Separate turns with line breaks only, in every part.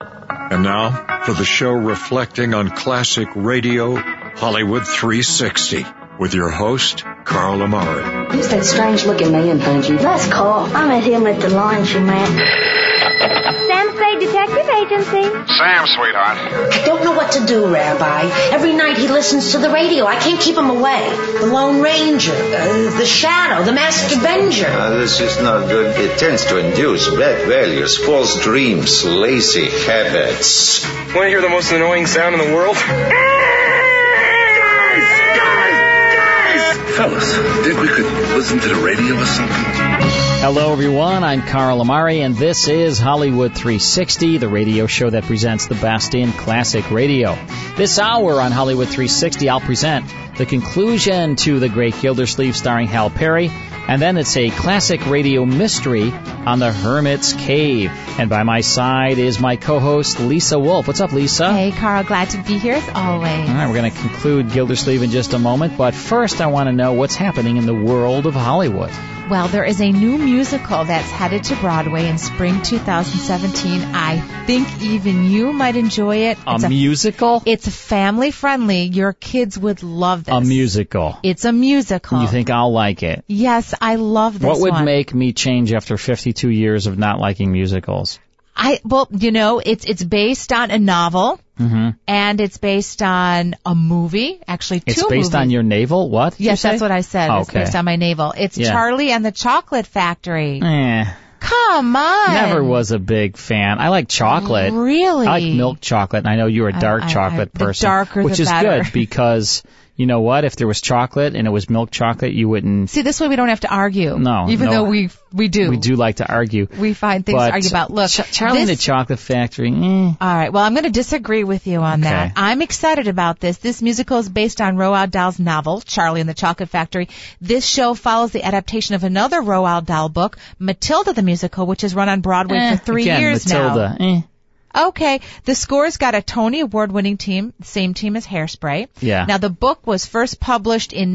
And now for the show reflecting on classic radio, Hollywood 360, with your host, Carl Amari.
Who's that strange looking man, Bungie?
That's Carl. I met him at the laundry man.
Sam Spade Detective Agency.
Sam, sweetheart.
I don't know what to do, Rabbi. Every night he listens to the radio. I can't keep him away. The Lone Ranger, uh, the Shadow, the Master Benger.
Uh, this is not good. It tends to induce bad values, false dreams, lazy habits.
Want to hear the most annoying sound in the world?
Fellas, think we could listen to the radio or something?
Hello, everyone. I'm Carl Amari, and this is Hollywood 360, the radio show that presents the best in classic radio. This hour on Hollywood 360, I'll present the conclusion to The Great Gildersleeve starring Hal Perry, and then it's a classic radio mystery on the Hermit's Cave. And by my side is my co-host, Lisa Wolf. What's up, Lisa?
Hey, Carl, glad to be here as always.
All right, we're going to conclude Gildersleeve in just a moment, but first I want to know what's happening in the world of Hollywood.
Well, there is a new musical that's headed to Broadway in spring 2017. I think even you might enjoy it.
A musical?
It's family friendly. Your kids would love this.
A musical.
It's a musical.
You think I'll like it?
Yes, I love this
What would
one.
make me change after 52 years of not liking musicals?
I well, you know, it's it's based on a novel
Mm-hmm.
and it's based on a movie. Actually, two
It's based
movies.
on your navel? What?
Yes, that's what I said. It's
Okay.
based on my navel. It's
Yeah.
Charlie and the Chocolate Factory.
Eh,
Come on.
never was a big fan. I like chocolate.
Really?
I like milk chocolate, and I know you're a
I-
dark
I- I-
chocolate
the
person,
darker the
which is
better.
good because you know what? If there was chocolate and it was milk chocolate, you wouldn't.
See, this way we don't have to argue.
No,
Even
no.
though we we do.
We do like to argue.
We find things
but
to argue about. Look,
Ch- Charlie and the
this-
Chocolate Factory. eh.
All right. Well, I'm going to disagree with you on
Okay.
that. I'm excited about this. This musical is based on Roald Dahl's novel, Charlie and the Chocolate Factory. This show follows the adaptation of another Roald Dahl book, Matilda the Musical, which has run on Broadway
Eh,
for three
Again,
years now.
Matilda. eh.
Okay. The score's got a Tony Award winning team, same team as Hairspray.
Yeah.
Now, the book was first published in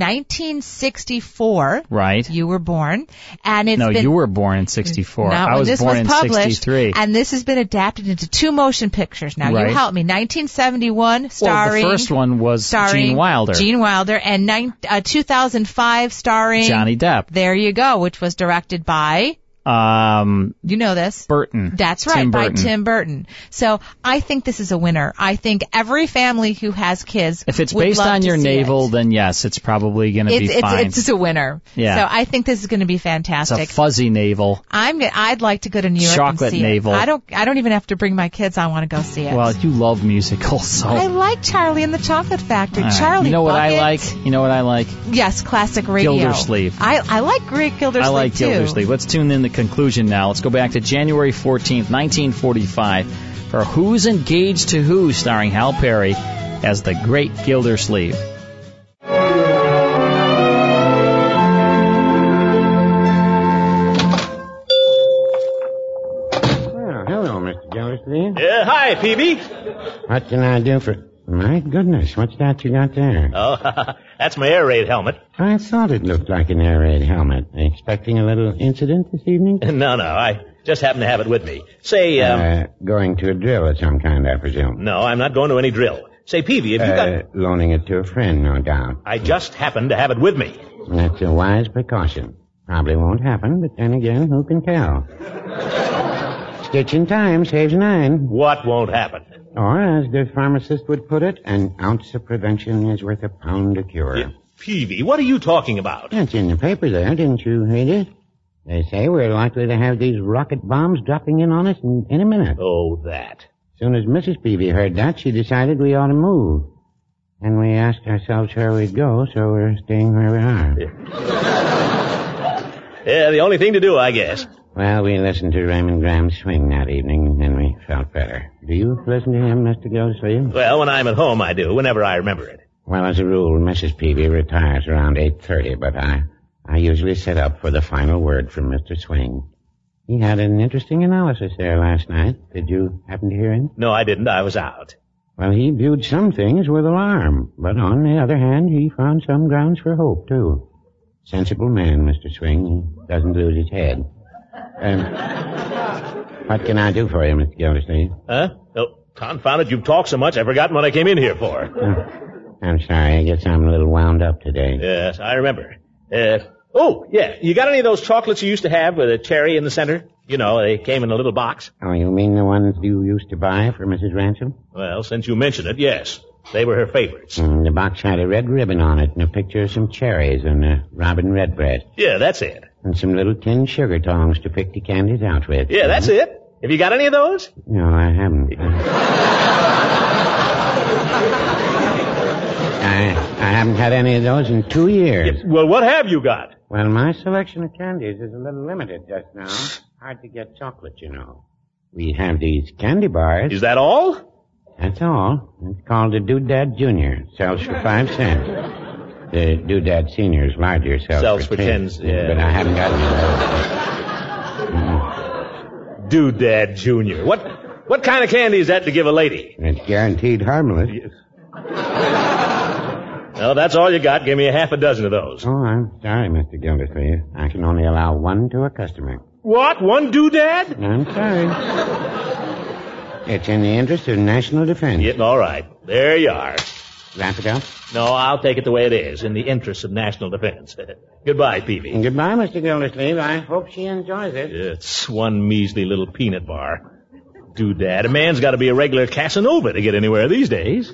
1964.
Right.
You were born. And it's
no,
been,
you were born in '64.
Not
I
when
was
this
born
was
in
published,
'63.
And this has been adapted into two motion pictures. Now
Right.
you help me. 1971
well, the
starring
first one was
starring
Gene Wilder,
Gene Wilder, and nine, uh, 2005 starring
Johnny Depp,
There you go, which was directed by
um,
you know this.
Burton.
That's right,
Tim
by
Burton.
Tim Burton. So I think this is a winner. I think every family who has kids,
If it's
would
based
love
on
to
your
see
navel,
it.
then yes, it's probably going to be
it's it's,
fine.
it's just a winner.
Yeah.
So I think this is going to be
It's a
fantastic.
fuzzy navel.
I'm. I'd like to go to New York
Chocolate
and see
navel.
it. I don't. I don't even have to bring my kids. I want to go see it.
Well, you love musicals, so.
I like Charlie and the Chocolate Factory.
Oh. All right.
Charlie.
you know what I
Bucket.
like? You know what I like?
Yes, classic radio.
Gildersleeve.
I I like Great Gildersleeve.
I like
too.
Gildersleeve. Let's tune in the conclusion now. Let's go back to January 14th, 1945 for Who's Engaged to Who starring Hal Perry as the great Gildersleeve.
Well, hello, Mr. Gildersleeve.
Yeah, hi, PB.
What can I do for... My goodness, what's that you got there?
Oh, that's my air raid helmet.
I thought it looked like an air raid helmet. Expecting a little incident this evening?
No, no, I just happen to have it with me. Say, um,
Uh, going to a drill of some kind, I presume.
no, I'm not going to any drill. Say, Peavy, have you
Uh,
got?
loaning it to a friend, no doubt.
I just happen to have it with me.
That's a wise precaution. Probably won't happen, but then again, who can tell? Stitch in time saves nine.
What won't happen?
Or, as the pharmacist would put it, an ounce of prevention is worth a pound of cure.
Peavy, what are you talking about?
It's in the paper there, didn't you read it? They say we're likely to have these rocket bombs dropping in on us in, in a minute.
Oh, that.
As soon as Mrs. Peavy heard that, she decided we ought to move. And we asked ourselves where we'd go, so we're staying where we are.
Yeah, the only thing to do, I guess.
Well, we listened to Raymond Graham's swing that evening, and then we felt better. Do you listen to him, Mr. Gildersleeve?
Well, when I'm at home, I do. Whenever I remember it.
Well, as a rule, Mrs. Peavy retires around 8.30, but I, I usually sit up for the final word from Mr. Swing. He had an interesting analysis there last night. Did you happen to hear him?
No, I didn't. I was out.
Well, he viewed some things with alarm, but on the other hand, he found some grounds for hope, too. Sensible man, Mr. Swing. He doesn't lose his head. Um, what can I do for you, Mr. Gildersleeve?
Huh? Oh, Confound it, you've talked so much I forgot what I came in here for.
I'm sorry, I guess I'm a little wound up today.
yes, I remember. Uh, oh, yeah. You got any of those chocolates you used to have with a cherry in the center? You know, they came in a little box.
Oh, you mean the ones you used to buy for Mrs. Ransom?
Well, since you mention it, yes. They were her favorites.
Mm, the box had a red ribbon on it and a picture of some cherries and a robin redbreast
Yeah, that's it.
and some little tin sugar tongs to pick the candies out with.
Yeah, that's it. Have you got any of those?
No, I haven't. I, I haven't had any of those in two years.
Well, what have you got?
Well, my selection of candies is a little limited just now. Hard to get chocolate, you know. We have these candy bars.
Is that all?
That's all. It's called the Doodad Junior. Sells for five cents. The Doodad Senior's larger sells,
Sells for
ten.
ten, yeah.
But I haven't got any of those.
Doodad Junior. What what kind of candy is that to give a lady?
And It's guaranteed harmless.
Well, that's all you got. Give me a half a dozen of those.
Oh, I'm sorry, Mr. Gildersleeve. I can only allow one to a customer.
What? One doodad?
I'm sorry. It's in the interest of national defense.
Yeah, all right. There you are.
Wrap it up.
No, I'll take it the way it is, in the interests of national defense. Goodbye, Peavy.
And goodbye, Mr. Gildersleeve. I hope she enjoys it.
It's one measly little peanut bar. Doodad. A man's got to be a regular Casanova to get anywhere these days.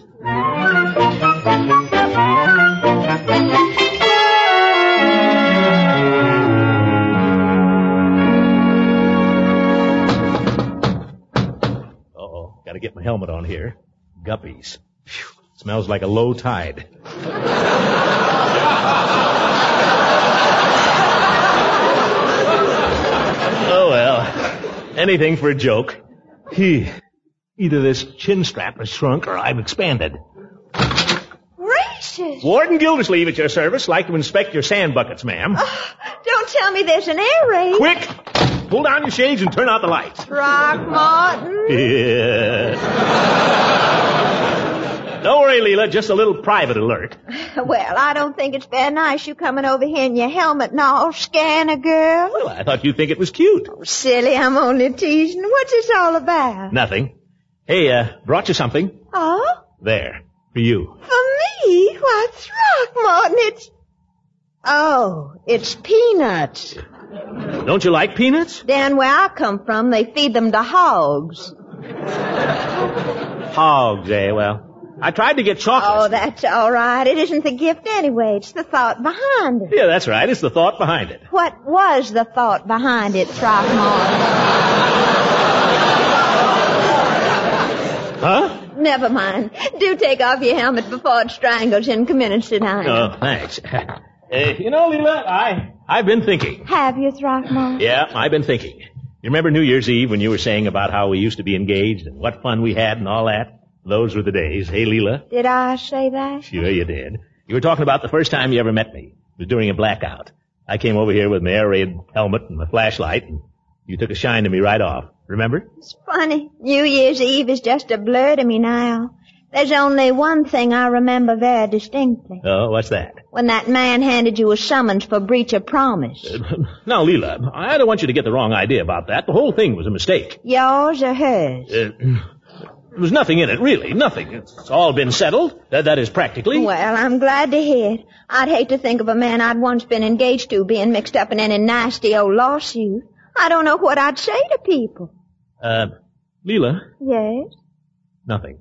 Uh-oh. Got to get my helmet on here. Guppies. Phew. Smells like a low tide. oh, well. Anything for a joke. He. Either this chin strap has shrunk or I've expanded.
Gracious!
Warden Gildersleeve at your service. Like to inspect your sand buckets, ma'am.
Don't tell me there's an air raid.
Quick! Pull down your shades and turn out the lights.
Throckmorton.
Yeah. Don't worry, Leela. Just a little private alert.
Well, I don't think it's very nice you coming over here in your helmet and all, scanner girl. Oh,
Well, Oh, I thought you'd think it was cute.
Silly, I'm only teasing. What's this all about?
Nothing. Hey, uh, brought you something.
Oh,
There. For you.
for me? Why, Throckmorton, it's... Oh, it's peanuts.
Don't you like peanuts?
Down where I come from, they feed them to hogs.
Hogs, eh? Well, I tried to get
Oh,
chocolate.
that's all right. It isn't the gift anyway. It's the thought behind it.
Yeah, that's right. It's the thought behind it.
What was the thought behind it, Throckmorton?
Huh?
Never mind. Do take off your helmet before it strangles you and come in and sit down.
Oh, thanks. Uh, you know, Leela, I, I've been thinking.
Have you, Throckmorton?
Yeah, I've been thinking. You remember New Year's Eve when you were saying about how we used to be engaged and what fun we had and all that? Those were the days. Hey, Leela?
Did I say that?
Sure you did. You were talking about the first time you ever met me. It was during a blackout. I came over here with my air raid helmet and my flashlight and you took a shine to me right off. Remember?
It's funny. New Year's Eve is just a blur to me now. There's only one thing I remember very distinctly.
Oh, what's that?
When that man handed you a summons for breach of promise.
Now, Leela, I don't want you to get the wrong idea about that. The whole thing was a mistake.
Yours or hers?
Uh, there was nothing in it, really. Nothing. It's all been settled. Uh, That, that is practically.
Well, I'm glad to hear it. I'd hate to think of a man I'd once been engaged to being mixed up in any nasty old lawsuit. I don't know what I'd say to people.
Uh, Leela,
Yes?
Nothing.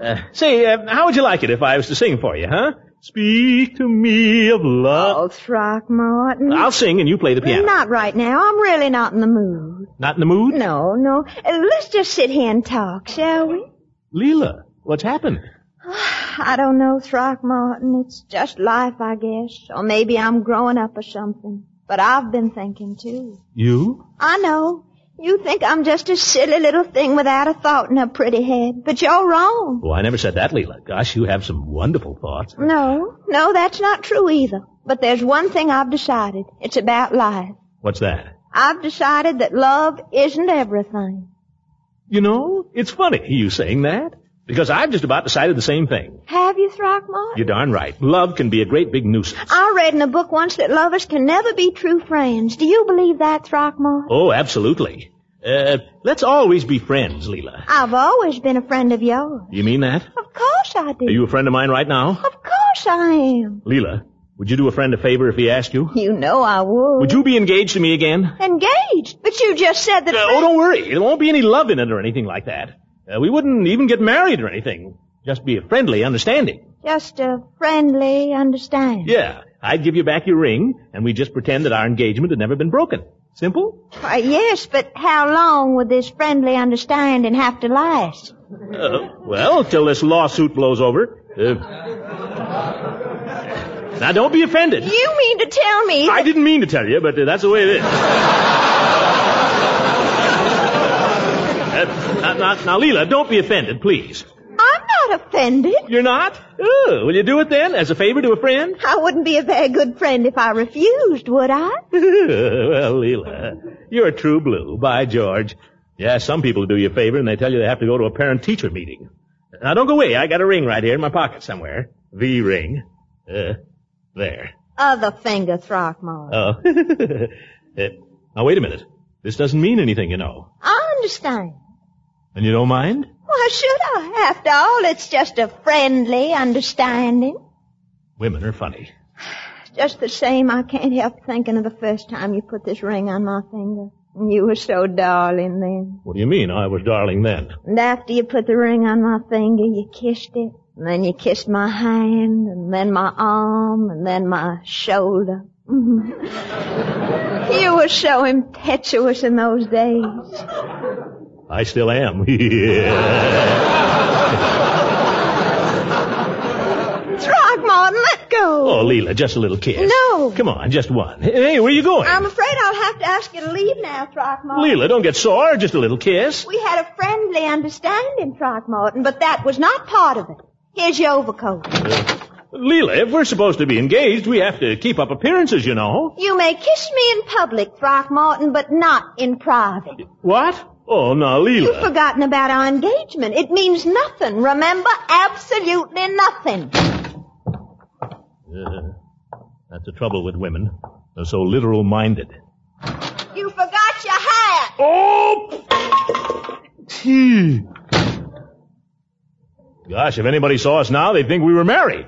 Uh, say, uh, how would you like it if I was to sing for you, huh? Speak to me of love.
Oh, Throckmorton.
I'll sing and you play the piano.
Not right now. I'm really not in the mood.
Not in the mood?
No, no. Uh, Let's just sit here and talk, shall we?
Leela, what's happened?
I don't know, Throckmorton. It's just life, I guess. Or maybe I'm growing up or something. But I've been thinking, too.
You?
I know. You think I'm just a silly little thing without a thought in her pretty head. But you're wrong.
Oh, I never said that, Leela. Gosh, you have some wonderful thoughts.
No, no, that's not true either. But there's one thing I've decided. It's about life.
What's that?
I've decided that love isn't everything.
You know, it's funny you saying that. Because I've just about decided the same thing.
Have you, Throckmorton?
You're darn right. Love can be a great big nuisance.
I read in a book once that lovers can never be true friends. Do you believe that, Throckmorton?
Oh, absolutely. Uh, let's always be friends, Leela.
I've always been a friend of yours.
You mean that?
Of course I do.
Are you a friend of mine right now?
Of course I am.
Leela, would you do a friend a favor if he asked you?
You know I would.
Would you be engaged to me again?
Engaged? But you just said that.
Uh, oh, don't worry. There won't be any love in it or anything like that. Uh, we wouldn't even get married or anything. Just be a friendly understanding.
Just a friendly understanding.
Yeah. I'd give you back your ring, and we'd just pretend that our engagement had never been broken. Simple?
Why, Uh, yes, but how long would this friendly understanding have to last?
Uh, well, till this lawsuit blows over. Uh, now, don't be offended.
You mean to tell me?
I didn't mean to tell you, but uh, that's the way it is. Uh, now, now, now, Leela, don't be offended, please.
I'm not offended.
You're not? Ooh, will you do it then, as a favor to a friend?
I wouldn't be a very good friend if I refused, would I?
well, Leela, you're a true blue, by George. Yeah, some people do you a favor and they tell you they have to go to a parent-teacher meeting. Now, don't go away. I got a ring right here in my pocket somewhere. The ring. Uh, there.
Other finger, Throckmorton.
Oh. Uh, now, wait a minute. This doesn't mean anything, you know.
I understand.
And you don't mind?
Why should I? After all, it's just a friendly understanding.
Women are funny.
Just the same, I can't help thinking of the first time you put this ring on my finger. And You were so darling then.
What do you mean? I was darling then.
And after you put the ring on my finger, you kissed it. And then you kissed my hand, and then my arm, and then my shoulder. you were so impetuous in those days.
I still am. Yeah.
Throckmorton, let go.
Oh, Leela, just a little kiss.
No.
Come on, just one. Hey, where you going?
I'm afraid I'll have to ask you to leave now, Throckmorton.
Leela, don't get sore. Just a little kiss.
We had a friendly understanding, Throckmorton, but that was not part of it. Here's your overcoat.
Leela, if we're supposed to be engaged, we have to keep up appearances, you know.
You may kiss me in public, Throckmorton, but not in private.
What? Oh, now,
You've
Leela.
forgotten about our engagement. It means nothing, remember? Absolutely nothing.
Uh, that's the trouble with women. They're so literal-minded.
You forgot your hat.
Oh! Gosh, if anybody saw us now, they'd think we were married.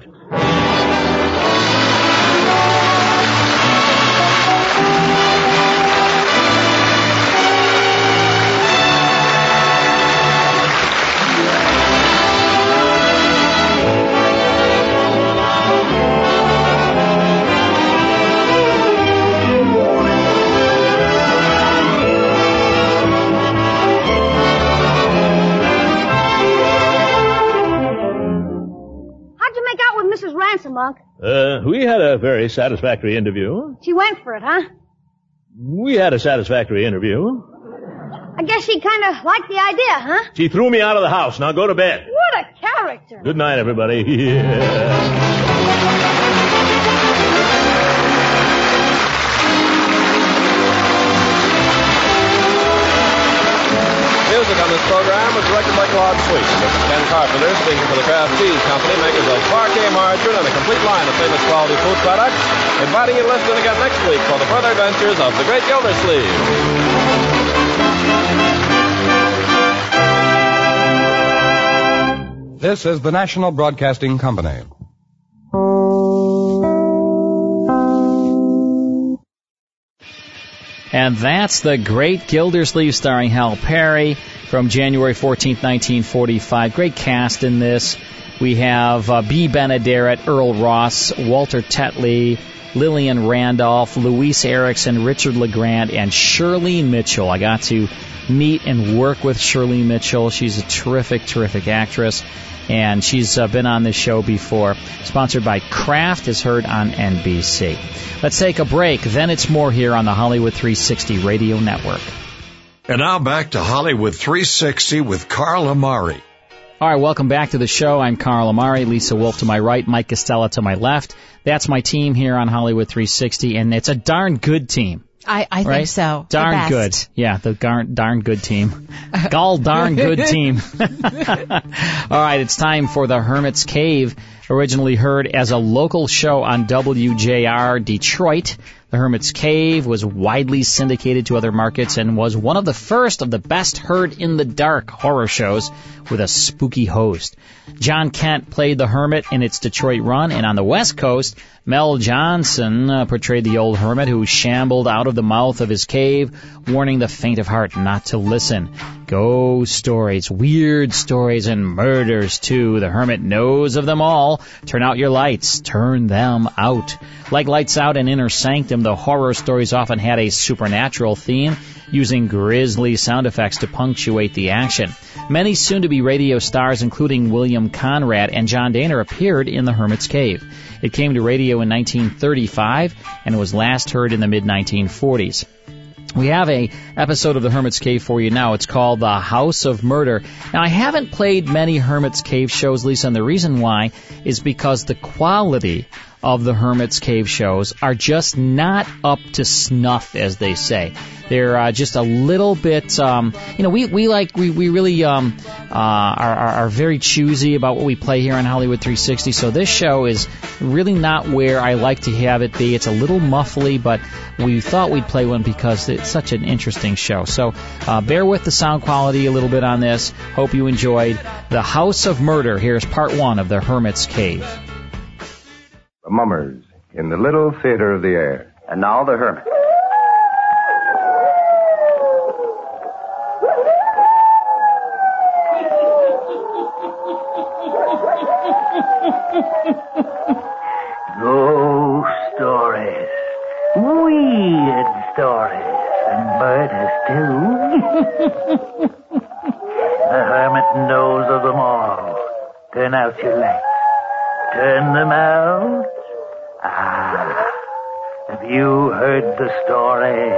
How'd you make out with Mrs. Ransom, Unc?
Uh, we had a very satisfactory interview.
She went for it, huh?
We had a satisfactory interview.
I guess she kind of liked the idea, huh?
She threw me out of the house. Now go to bed.
What a character.
Good night, everybody. Yeah.
Music on this program was directed by Claude Sweet. This is Ken Carpenter speaking for the Kraft Cheese Company, makers of parquet margarine and a complete line of famous quality food products, inviting you to listen again next week for the further adventures of the Great Gildersleeve.
This is the National Broadcasting Company.
And that's The Great Gildersleeve starring Hal Perry from January 14, 1945. Great cast in this. We have uh, B. Benaderet, Earl Ross, Walter Tetley, Lillian Randolph, Luis Erickson, Richard LeGrand, and Shirley Mitchell. I got to meet and work with Shirley Mitchell. She's a terrific, terrific actress, and she's uh, been on this show before. Sponsored by Kraft, is heard on NBC. Let's take a break. Then it's more here on the Hollywood 360 Radio Network.
And now back to Hollywood 360 with Carl Amari.
All right, welcome back to the show. I'm Carl Amari, Lisa Wolf to my right, Mike Costella to my left. That's my team here on Hollywood 360, and it's a darn good team.
I, I
right?
think so. The
Darn
best.
good. Yeah, the darn, darn good team. Gall darn good team. All right, it's time for The Hermit's Cave, originally heard as a local show on WJR Detroit The Hermit's Cave was widely syndicated to other markets and was one of the first of the best heard in the dark horror shows with a spooky host. John Kent played the Hermit in its Detroit run, and on the West Coast, Mel Johnson uh, portrayed the old hermit who shambled out of the mouth of his cave, warning the faint of heart not to listen. Ghost stories, weird stories, and murders too. The hermit knows of them all. Turn out your lights. Turn them out. Like Lights Out and Inner Sanctum, the horror stories often had a supernatural theme, using grisly sound effects to punctuate the action. Many soon-to-be radio stars, including William Conrad and John Danner, appeared in The Hermit's Cave. It came to radio in 1935 and was last heard in the mid-1940s. We have a episode of the Hermit's Cave for you now. It's called The House of Murder. Now I haven't played many Hermit's Cave shows, Lisa, and the reason why is because the quality of the Hermit's Cave shows are just not up to snuff, as they say. They're uh, just a little bit, um, you know, we, we like, we, we really um, uh, are, are, are very choosy about what we play here on Hollywood 360. So this show is really not where I like to have it be. It's a little muffly, but we thought we'd play one because it's such an interesting show. So uh, bear with the sound quality a little bit on this. Hope you enjoyed The House of Murder. Here's part one of The Hermit's Cave.
The Mummers in the Little Theater of the Air.
And now the hermit.
Ghost stories. Weird stories. And murders, too. the hermit knows of them all. Turn out your lights. Turn them out. Ah, have you heard the story?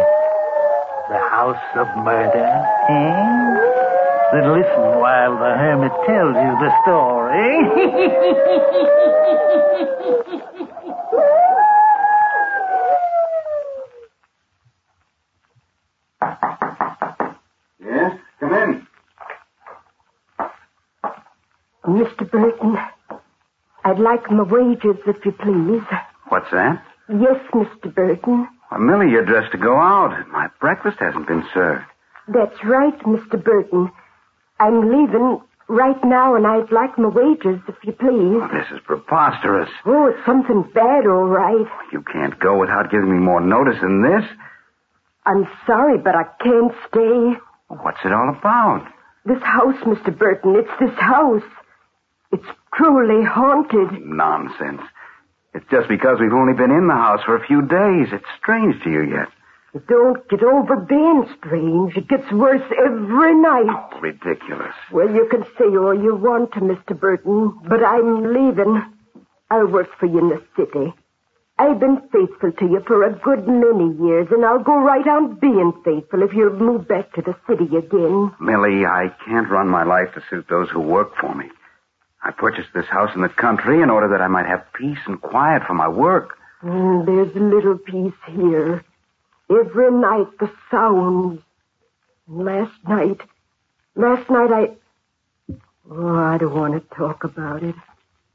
The House of Murder, eh? Then listen while the hermit tells you the story.
Yes, come in.
Mr. Burton, I'd like my wages, if you please.
What's that?
Yes, Mr. Burton.
Why, Millie, you're dressed to go out. My breakfast hasn't been served.
That's right, Mr. Burton. I'm leaving right now, and I'd like my wages, if you please.
Well, this is preposterous.
Oh, it's something bad, all right.
You can't go without giving me more notice than this.
I'm sorry, but I can't stay.
What's it all about?
This house, Mr. Burton, it's this house. It's truly haunted.
Nonsense. It's just because we've only been in the house for a few days. It's strange to you yet.
You don't get over being strange. It gets worse every night.
Oh, ridiculous.
Well, you can say all you want to, Mr. Burton, but I'm leaving. I'll work for you in the city. I've been faithful to you for a good many years, and I'll go right on being faithful if you'll move back to the city again.
Millie, I can't run my life to suit those who work for me. I purchased this house in the country in order that I might have peace and quiet for my work.
Mm, there's little peace here. Every night the sounds. And last night, last night I. Oh, I don't want to talk about it.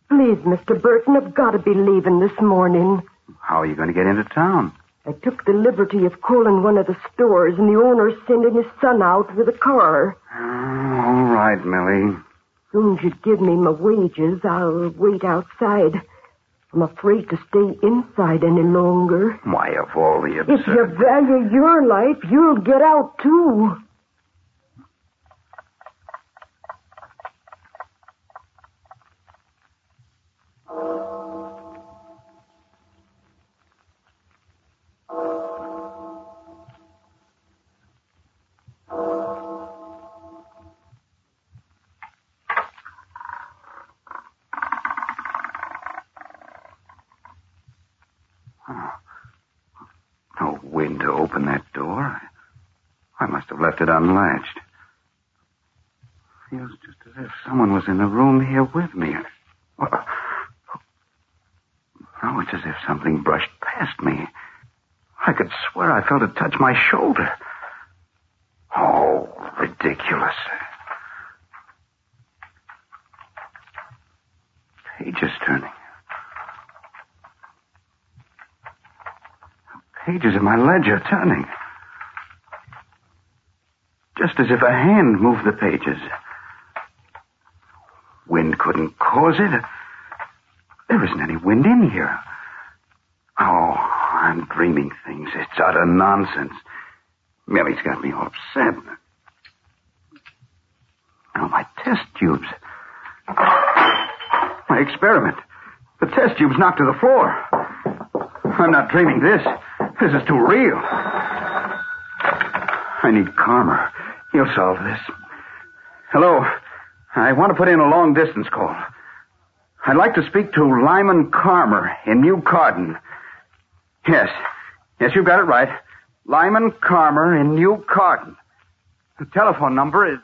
Please, Mr. Burton, I've got to be leaving this morning.
How are you going to get into town?
I took the liberty of calling one of the stores, and the owner's sending his son out with a car.
Oh, all right, Millie
soon as you give me my wages, I'll wait outside. I'm afraid to stay inside any longer.
Why, of all the absurd...
If you value your life, you'll get out, too.
left it unlatched. Feels just as if someone was in the room here with me. Well, no, it's as if something brushed past me. I could swear I felt it touch my shoulder. Oh, ridiculous. Pages turning. pages of my ledger turning. Just as if a hand moved the pages. Wind couldn't cause it. There isn't any wind in here. Oh, I'm dreaming things. It's utter nonsense. Millie's got me all upset. Now, my test tubes. My experiment. The test tubes knocked to the floor. I'm not dreaming this. This is too real. I need Karma. He'll solve this. Hello. I want to put in a long distance call. I'd like to speak to Lyman Carmer in New Carden. Yes. Yes, you've got it right. Lyman Carmer in New Carden. The telephone number is.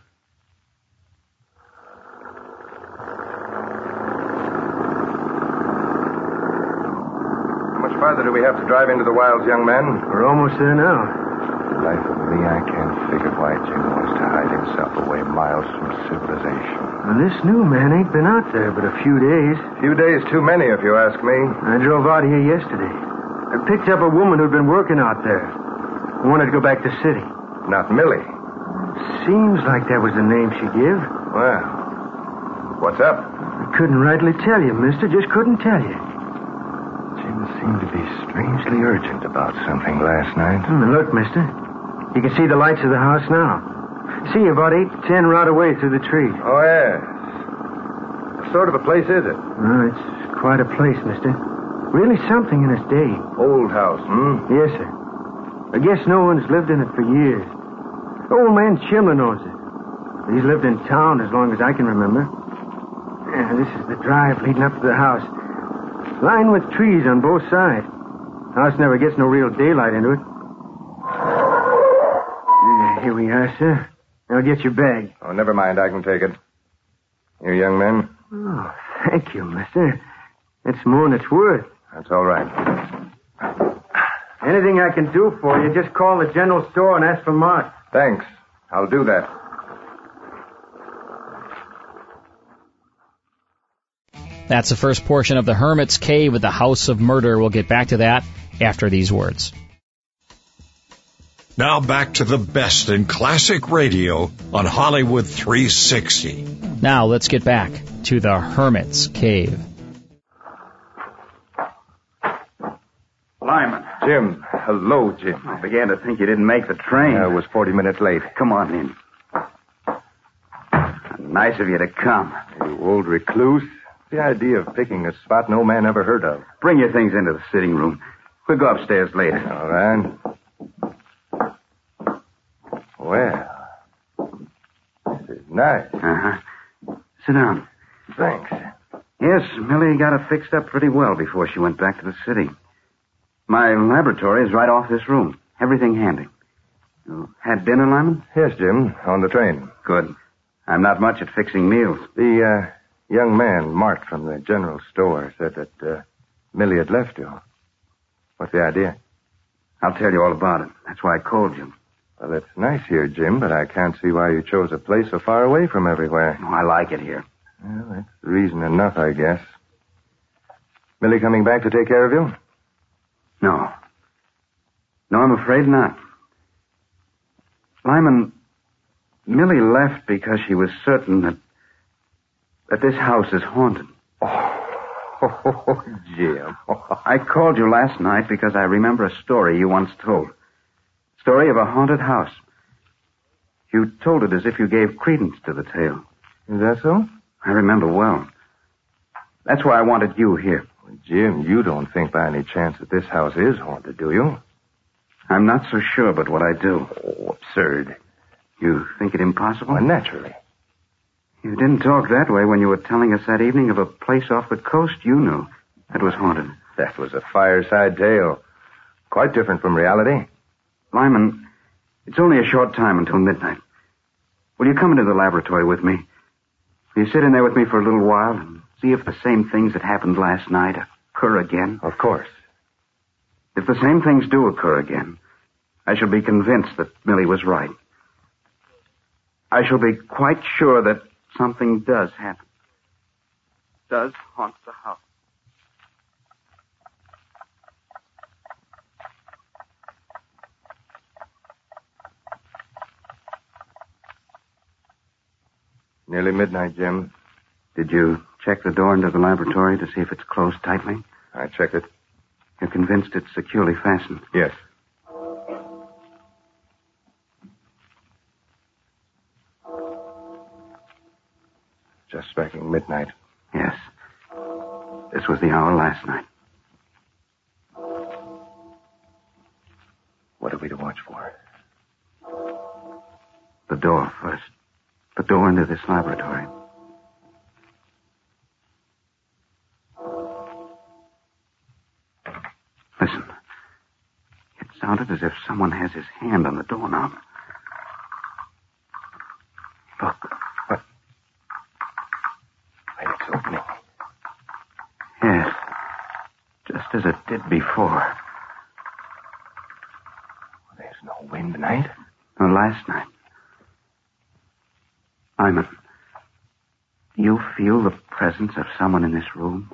How much farther do we have to drive into the wilds, young man?
We're almost there now.
The life of me, I can't figure why Jim wants to hide himself away miles from civilization.
This new man ain't been out there but a few days.
Few days too many, if you ask me.
I drove out here yesterday. I picked up a woman who'd been working out there. Wanted to go back to city.
Not Millie.
Seems like that was the name she gave.
Well, what's up?
I couldn't rightly tell you, mister. Just couldn't tell you.
Jim seemed to be strangely urgent about something last night.
Hmm, look, mister. You can see the lights of the house now. See, about eight, ten rod away through the trees.
Oh, yes. What sort of a place is it?
Well, it's quite a place, mister. Really something in its day.
Old house, hmm?
Yes, sir. I guess no one's lived in it for years. Old man Chimlin owns it. He's lived in town as long as I can remember. Yeah, this is the drive leading up to the house. Lined with trees on both sides. House never gets no real daylight into it. Yeah, Uh, here we are, sir. Now get your bag.
Oh, never mind. I can take it. You young men?
Oh, thank you, mister. It's more than it's worth.
That's all right.
Anything I can do for you, just call the general store and ask for Mark.
Thanks. I'll do that.
That's the first portion of The Hermit's Cave with the House of Murder. We'll get back to that after these words.
Now back to the best in classic radio on Hollywood 360.
Now let's get back to The Hermit's Cave.
Lyman.
Jim. Hello, Jim.
I began to think you didn't make the train.
I was 40 minutes late.
Come on in. Nice of you to come.
You old recluse. The idea of picking a spot no man ever heard of.
Bring your things into the sitting room. We'll go upstairs later.
All right. Well, this is nice.
Uh-huh. Sit down.
Thanks.
Yes, Millie got it fixed up pretty well before she went back to the city. My laboratory is right off this room. Everything handy. You had dinner, Lyman?
Yes, Jim, on the train.
Good. I'm not much at fixing meals.
The uh, young man, Mart, from the general store, said that uh, Millie had left you. What's the idea?
I'll tell you all about it. That's why I called you.
Well, it's nice here, Jim, but I can't see why you chose a place so far away from everywhere.
Oh, I like it here.
Well, that's reason enough, I guess. Millie coming back to take care of you?
No. No, I'm afraid not. Lyman, Millie left because she was certain that that this house is haunted.
Oh, Jim.
I called you last night because I remember a story you once told. Story of a haunted house. You told it as if you gave credence to the tale.
Is that so?
I remember well. That's why I wanted you here.
Jim, you don't think by any chance that this house is haunted, do you?
I'm not so sure about what I do.
Oh, absurd.
You think it impossible?
Why, naturally.
You didn't talk that way when you were telling us that evening of a place off the coast you knew that was haunted.
That was a fireside tale. Quite different from reality.
Lyman, it's only a short time until midnight. Will you come into the laboratory with me? Will you sit in there with me for a little while and see if the same things that happened last night occur again?
Of course.
If the same things do occur again, I shall be convinced that Millie was right. I shall be quite sure that something does happen. Does haunt the house.
Nearly midnight, Jim.
Did you check the door into the laboratory to see if it's closed tightly?
I checked it.
You're convinced it's securely fastened?
Yes. Just striking midnight.
Yes. This was the hour last night.
What are we to watch for?
The door first. The door into this laboratory. Listen. It sounded as if someone has his hand on the doorknob. Look.
What? Wait, it's opening.
Yes. Just as it did before.
There's no wind tonight.
No, last night. Lyman, do you feel the presence of someone in this room?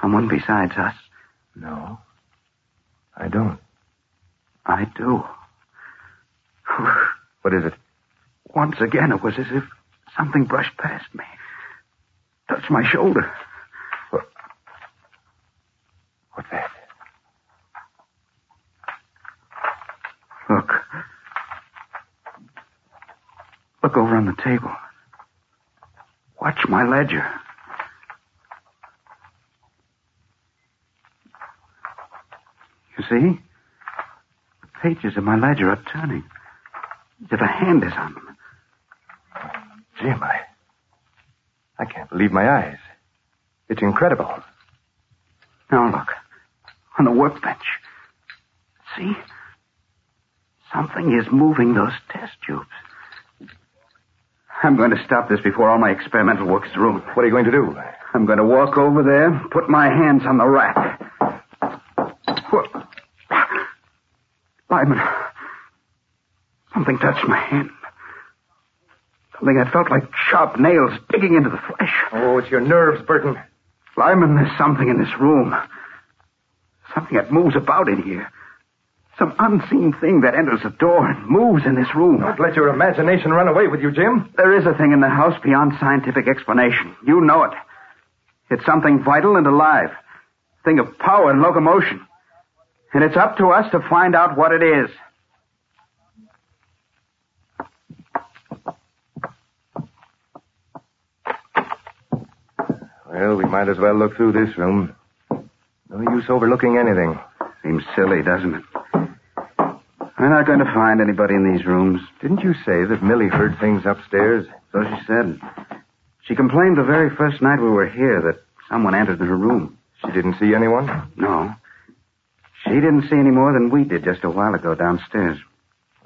Someone besides us?
No. I don't.
I do.
What is it?
Once again, it was as if something brushed past me, touched my shoulder.
What's that?
Look. Look over on the table. Watch my ledger. You see? The pages of my ledger are turning. As if a hand is on them.
Jim, I. I can't believe my eyes. It's incredible.
Now look. On the workbench. See? Something is moving those test tubes. I'm going to stop this before all my experimental work is ruined.
What are you going to do?
I'm going to walk over there, put my hands on the rack. What? Lyman, something touched my hand. Something I felt like sharp nails digging into the flesh.
Oh, it's your nerves, Burton.
Lyman, there's something in this room. Something that moves about in here. Some unseen thing that enters the door and moves in this room.
Don't let your imagination run away with you, Jim.
There is a thing in the house beyond scientific explanation. You know it. It's something vital and alive. A thing of power and locomotion. And it's up to us to find out what it is.
Well, we might as well look through this room. No use overlooking anything.
Seems silly, doesn't it? We're not going to find anybody in these rooms.
Didn't you say that Millie heard things upstairs?
So she said. She complained the very first night we were here that someone entered her room.
She didn't see anyone?
No. She didn't see any more than we did just a while ago downstairs.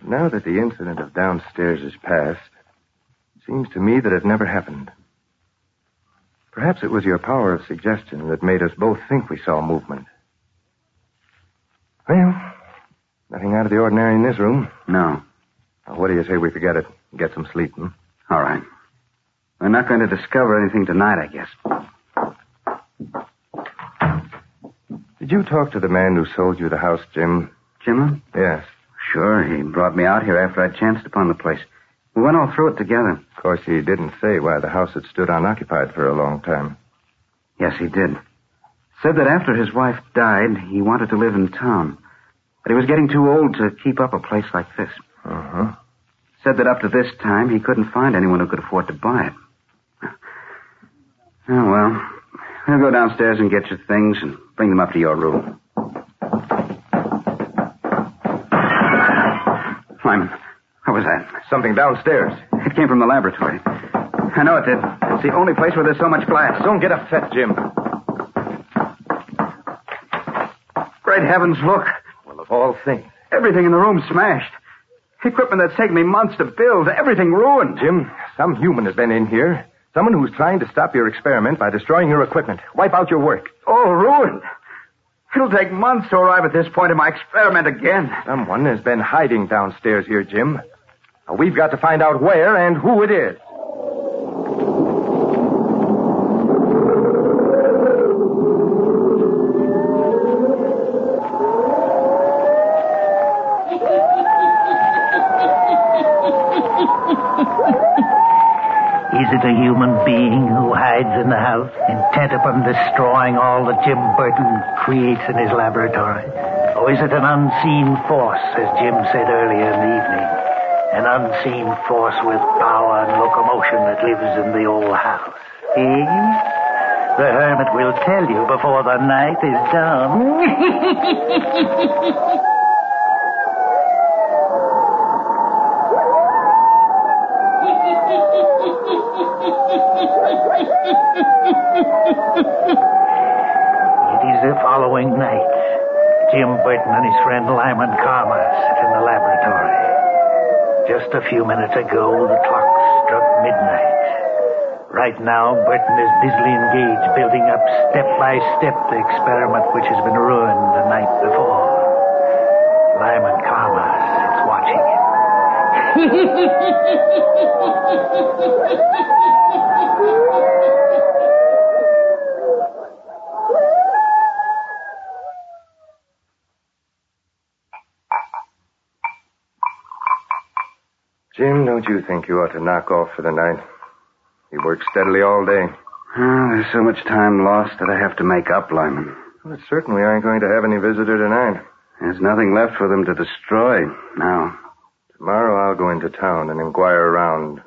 Now that the incident of downstairs is past, it seems to me that it never happened. Perhaps it was your power of suggestion that made us both think we saw movement. Well, nothing out of the ordinary in this room.
No.
Now, what do you say we forget it and get some sleep, hmm?
All right. We're not going to discover anything tonight, I guess.
Did you talk to the man who sold you the house, Jim?
Jimmer?
Yes.
Sure, he brought me out here after I chanced upon the place. We went all through it together.
Of course, he didn't say why the house had stood unoccupied for a long time.
Yes, he did. Said that after his wife died, he wanted to live in town. But he was getting too old to keep up a place like this.
Uh-huh.
Said that up to this time, he couldn't find anyone who could afford to buy it. Oh, well. We'll go downstairs and get your things and bring them up to your room. Lyman, what was that?
Something downstairs.
It came from the laboratory. I know it did. It's the only place where there's so much glass.
Don't get upset, Jim.
Great heavens, look.
Well, of all things.
Everything in the room smashed. Equipment that's taken me months to build. Everything ruined.
Jim, some human has been in here. Someone who's trying to stop your experiment by destroying your equipment. Wipe out your work.
All ruined. It'll take months to arrive at this point in my experiment again.
Someone has been hiding downstairs here, Jim. Now, we've got to find out where and who it is.
Is it a human being who hides in the house, intent upon destroying all that Jim Burton creates in his laboratory? Or is it an unseen force, as Jim said earlier in the evening? An unseen force with power and locomotion that lives in the old house. Eh? The hermit will tell you before the night is done. It is the following night. Jim Burton and his friend Lyman Karma sit in the laboratory. Just a few minutes ago, the clock struck midnight. Right now, Burton is busily engaged building up step by step the experiment which has been ruined the night before. Lyman Karma sits watching him.
Jim, don't you think you ought to knock off for the night? You worked steadily all day.
Oh, there's so much time lost that I have to make up, Lyman.
Well, it's certain we aren't going to have any visitor tonight.
There's nothing left for them to destroy now.
Tomorrow I'll go into town and inquire around.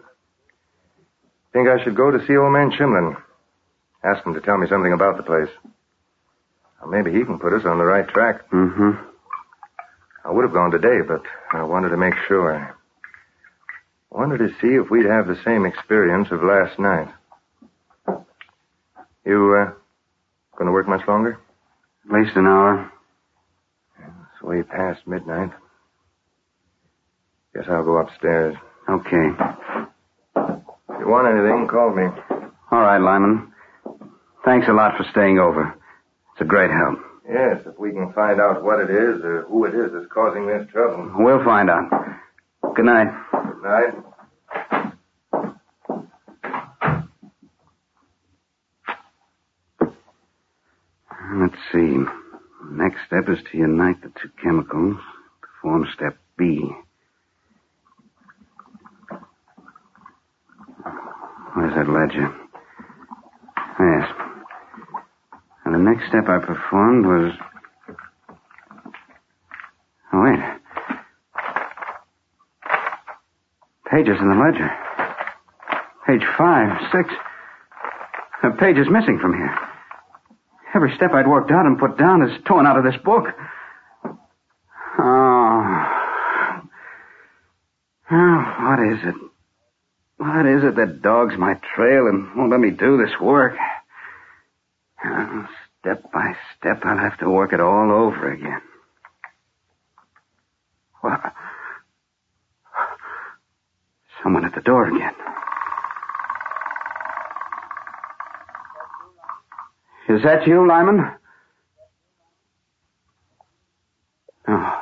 Think I should go to see old man Shimlin. Ask him to tell me something about the place. Well, maybe he can put us on the right track.
Mm-hmm.
I would have gone today, but I wanted to make sure. Wanted to see if we'd have the same experience of last night. You, uh, gonna work much longer?
At least an hour.
It's way past midnight. Guess I'll go upstairs.
Okay.
If you want anything, call me.
All right, Lyman. Thanks a lot for staying over. It's a great help.
Yes, if we can find out what it is or who it is that's causing this trouble.
We'll find out. Good night.
Good night.
Let's see. Next step is to unite the two chemicals to form step B. Where's that ledger? Yes. And the next step I performed was. Oh, wait. Pages in the ledger. Page five, six. A page is missing from here. Every step I'd worked out and put down is torn out of this book. Oh. Oh, what is it? What is it that dogs my trail and won't let me do this work? Oh, step by step, I'll have to work it all over again. Well, someone at the door again. Is that you, Lyman? No.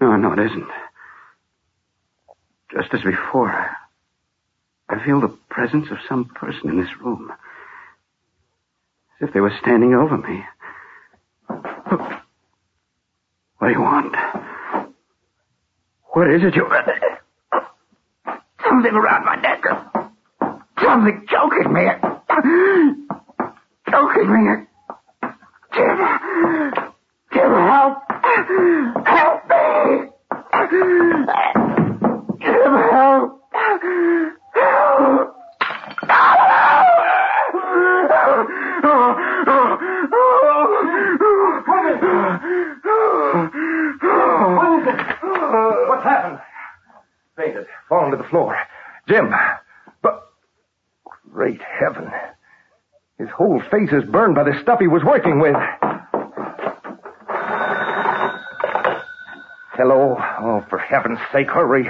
No, no, it isn't just as before. I feel the presence of some person in this room. As if they were standing over me. Look. What do you want? What is it you...
Something around my neck. Something choking me. Choking me. Jim. Jim, help. Help me. Jim, help! Help!
What's happened? Fainted, fallen to the floor. Jim, but great heaven, his whole face is burned by the stuff he was working with. Hello, oh for heaven's sake, hurry!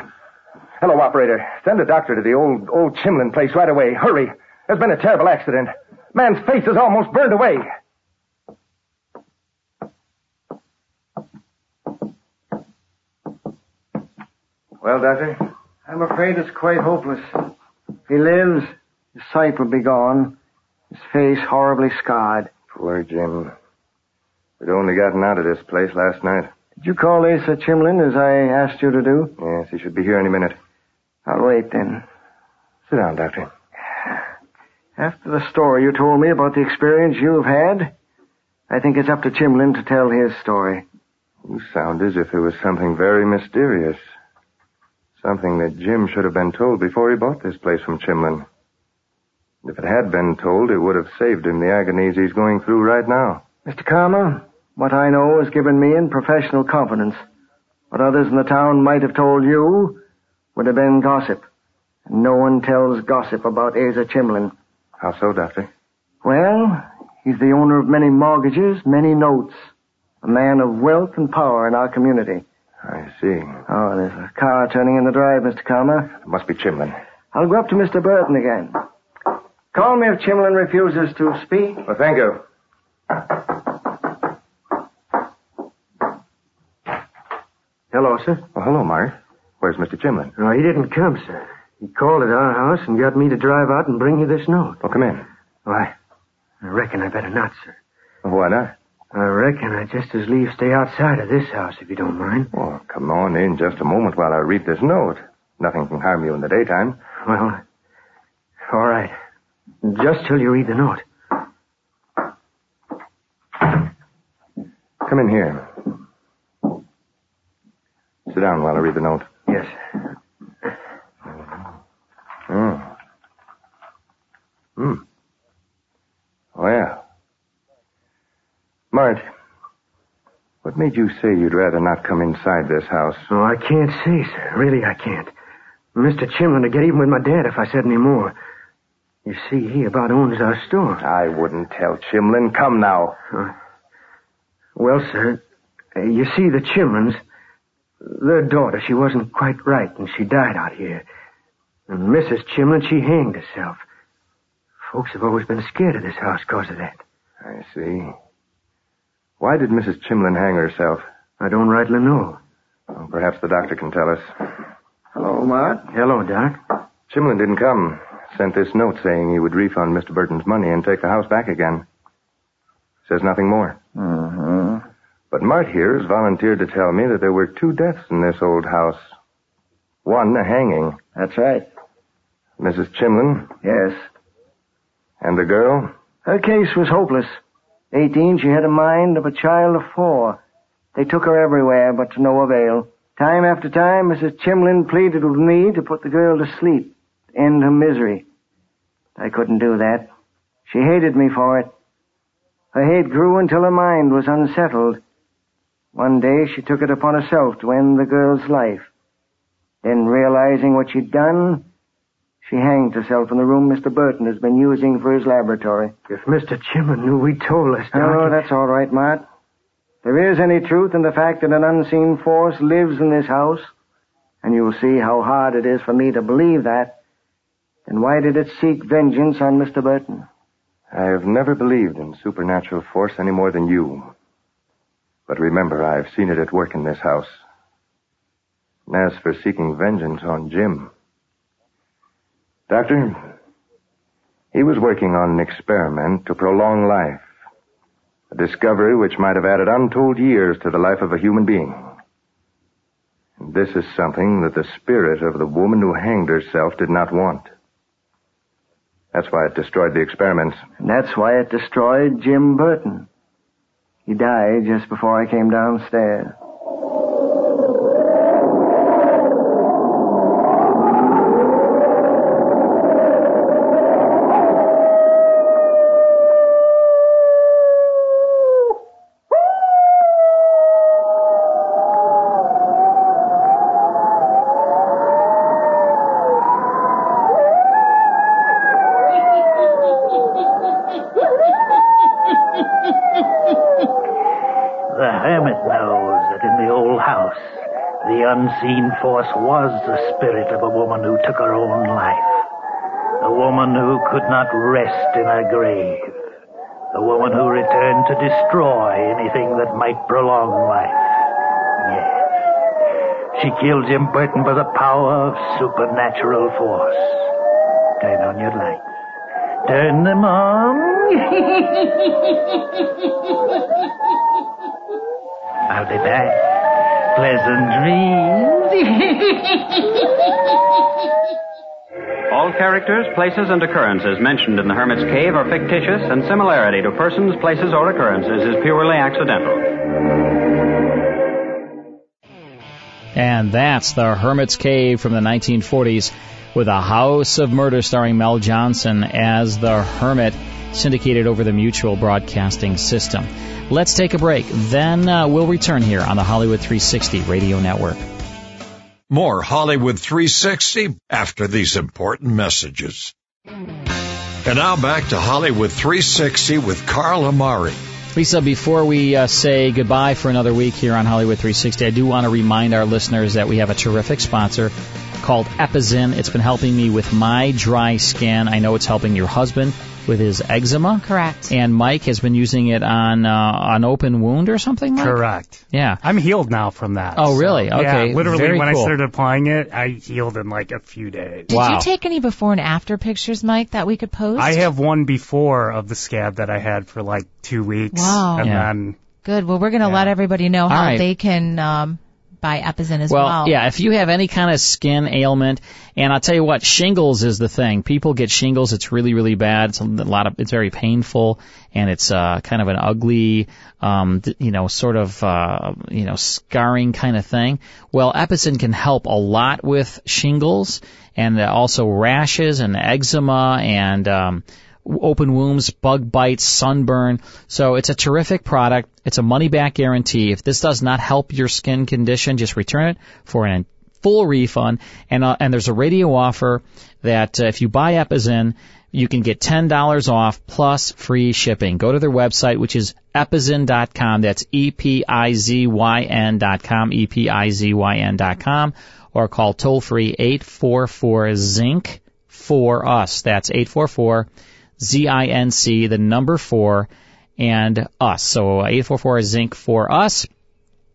Hello, operator. Send a doctor to the old old Chimlin place right away. Hurry. There's been a terrible accident. Man's face is almost burned away. Well, doctor,
I'm afraid it's quite hopeless. If he lives, his sight will be gone, his face horribly scarred.
Poor Jim. We'd only gotten out of this place last night.
Did you call Asa Chimlin as I asked you to do?
Yes, he should be here any minute.
I'll wait then.
Sit down, Doctor.
After the story you told me about the experience you've had, I think it's up to Chimlin to tell his story.
You sound as if there was something very mysterious. Something that Jim should have been told before he bought this place from Chimlin. If it had been told, it would have saved him the agonies he's going through right now.
Mr. Karma, what I know is given me in professional confidence. What others in the town might have told you would have been gossip. And no one tells gossip about Asa Chimlin.
How so, Doctor?
Well, he's the owner of many mortgages, many notes. A man of wealth and power in our community.
I see.
Oh, there's a car turning in the drive, Mr. Karma.
It must be Chimlin.
I'll go up to Mr. Burton again. Call me if Chimlin refuses to speak.
Well, thank you.
Hello, sir.
Well, Oh, hello, Mark. Where's Mr. Chimlin?
No, he didn't come, sir. He called at our house and got me to drive out and bring you this note.
Well, come in.
Why? I reckon I better not, sir.
Why not?
I reckon I just as leave stay outside of this house if you don't mind.
Oh, come on in just a moment while I read this note. Nothing can harm you in the daytime.
Well, all right. Just till you read the note.
Come in here. Sit down while I read the note.
Yes.
Hmm. Hmm. Well. Mart, what made you say you'd rather not come inside this house?
Oh, I can't say, sir. Really, I can't. Mr. Chimlin would get even with my dad if I said any more. You see, he about owns our store.
I wouldn't tell Chimlin. Come now.
Uh, well, sir, uh, you see, the Chimlins, their daughter, she wasn't quite right, and she died out here. And Mrs. Chimlin, she hanged herself. Folks have always been scared of this house because of that.
I see. Why did Mrs. Chimlin hang herself?
I don't rightly know.
Well, perhaps the doctor can tell us.
Hello, Mart. Hello, Doc.
Chimlin didn't come. Sent this note saying he would refund Mr. Burton's money and take the house back again. Says nothing more.
Mm-hmm.
But Mart here has volunteered to tell me that there were two deaths in this old house. One, a hanging.
That's right.
Mrs. Chimlin?
Yes.
And the girl?
Her case was hopeless. Eighteen, she had a mind of a child of four. They took her everywhere, but to no avail. Time after time, Mrs. Chimlin pleaded with me to put the girl to sleep, to end her misery. I couldn't do that. She hated me for it. Her hate grew until her mind was unsettled. One day she took it upon herself to end the girl's life. Then realizing what she'd done, she hanged herself in the room Mr. Burton has been using for his laboratory.
If Mr. Chimlin knew we told us,
No,
Doc,
that's all right, Mart. There is any truth in the fact that an unseen force lives in this house, and you'll see how hard it is for me to believe that. Then why did it seek vengeance on Mr. Burton?
I have never believed in supernatural force any more than you. But remember, I've seen it at work in this house. And as for seeking vengeance on Jim, Doctor, he was working on an experiment to prolong life. A discovery which might have added untold years to the life of a human being. And this is something that the spirit of the woman who hanged herself did not want. That's why it destroyed the experiments.
And that's why it destroyed Jim Burton. He died just before I came downstairs.
The hermit knows that in the old house, the unseen force was the spirit of a woman who took her own life. A woman who could not rest in her grave. A woman who returned to destroy anything that might prolong life. Yes. She killed Jim Burton by the power of supernatural force. Turn on your lights. Turn them on. I'll be back. Pleasant dreams.
All
All characters, places, and occurrences mentioned in The Hermit's Cave are fictitious, and similarity to persons, places, or occurrences is purely accidental.
And that's The Hermit's Cave from the 1940s with A House of Murder starring Mel Johnson as the Hermit, syndicated over the Mutual Broadcasting System. Let's take a break. Then uh, we'll return here on the Hollywood 360 Radio Network.
More Hollywood 360 after these important messages. And now back to Hollywood 360 with Carl Amari.
Lisa, before we uh, say goodbye for another week here on Hollywood 360, I do want to remind our listeners that we have a terrific sponsor called Epizin. It's been helping me with my dry skin. I know it's helping your husband with his eczema.
Correct.
And Mike has been using it on uh, an open wound or something. Mike?
Correct.
Yeah.
I'm healed now from that.
Oh, really? Okay.
Yeah, literally,
Very
when
cool.
I started applying it, I healed in like a few days.
Did you take any before and after pictures, Mike, that we could post?
I have one before of the scab that I had for like two weeks.
Wow.
And
Yeah.
then
Good. Well, we're going to let everybody know how
All right.
they can um, buy Epizin as well.
yeah, if you have any kind of skin ailment, and I'll tell you what, shingles is the thing. People get shingles; it's really, really bad. It's a lot of, it's very painful, and it's uh, kind of an ugly, um, d- you know, sort of, uh, you know, scarring kind of thing. Well, Epicin can help a lot with shingles, and also rashes and eczema and um, open wombs, bug bites, sunburn. So it's a terrific product. It's a money back guarantee. If this does not help your skin condition, just return it for a full refund. And uh, and there's a radio offer that uh, if you buy Epizin, you can get $10 off plus free shipping. Go to their website, which is epizyn.com. That's E E-P-I-Z-Y-N dot com, E E-P-I-Z-Y-N dot com, or call toll free 844-ZINC for us. That's 844 Z-I-N-C, the number four, and us. So 844 zinc for us.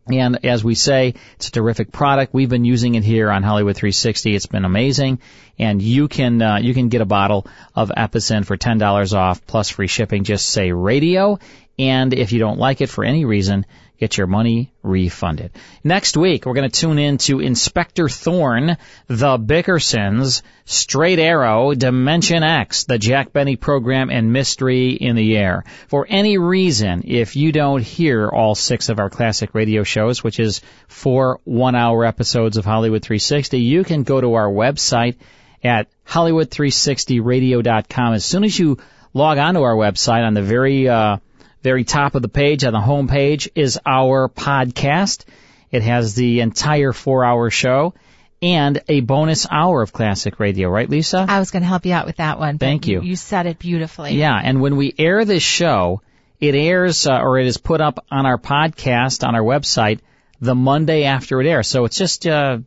And as we say, it's a terrific product. We've been using it here on Hollywood 360. It's been amazing. And you can, uh, you can get a bottle of Epicen for $10 off plus free shipping. Just say radio. And if you don't like it for any reason, get your money refunded. Next week, we're going to tune in to Inspector Thorne, The Bickersons, Straight Arrow, Dimension X, The Jack Benny Program, and Mystery in the Air. For any reason, if you don't hear all six of our classic radio shows, which is four one-hour episodes of Hollywood 360, you can go to our website at Hollywood360radio.com. As soon as you log onto our website, on the very uh, very top of the page, on the home page, is our podcast. It has the entire four-hour show and a bonus hour of classic radio, right, Lisa?
I was going to help you out with that one. but
Thank you.
You said it beautifully.
Yeah, and when we air this show, it airs uh, or it is put up on our podcast on our website the Monday after it airs. So it's just uh,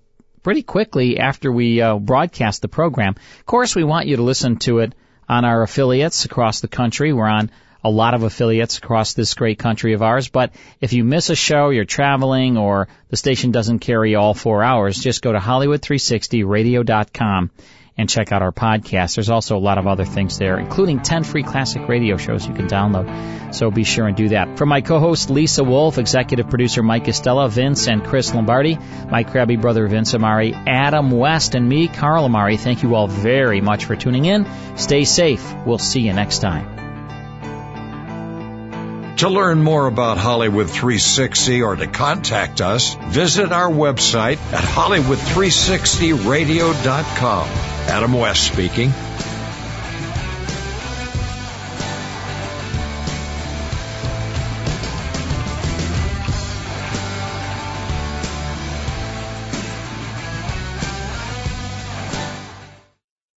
pretty quickly after we uh, broadcast the program. Of course, we want you to listen to it on our affiliates across the country. We're on a lot of affiliates across this great country of ours. But if you miss a show, you're traveling, or the station doesn't carry all four hours, just go to Hollywood360radio.com and check out our podcast. There's also a lot of other things there, including 10 free classic radio shows you can download. So be sure and do that. From my co-host Lisa Wolf, executive producer Mike Estella, Vince and Chris Lombardi, my crabby brother Vince Amari, Adam West, and me, Carl Amari, thank you all very much for tuning in. Stay safe. We'll see you next time.
To learn more about Hollywood 360 or to contact us, visit our website at Hollywood360radio.com. Adam West speaking.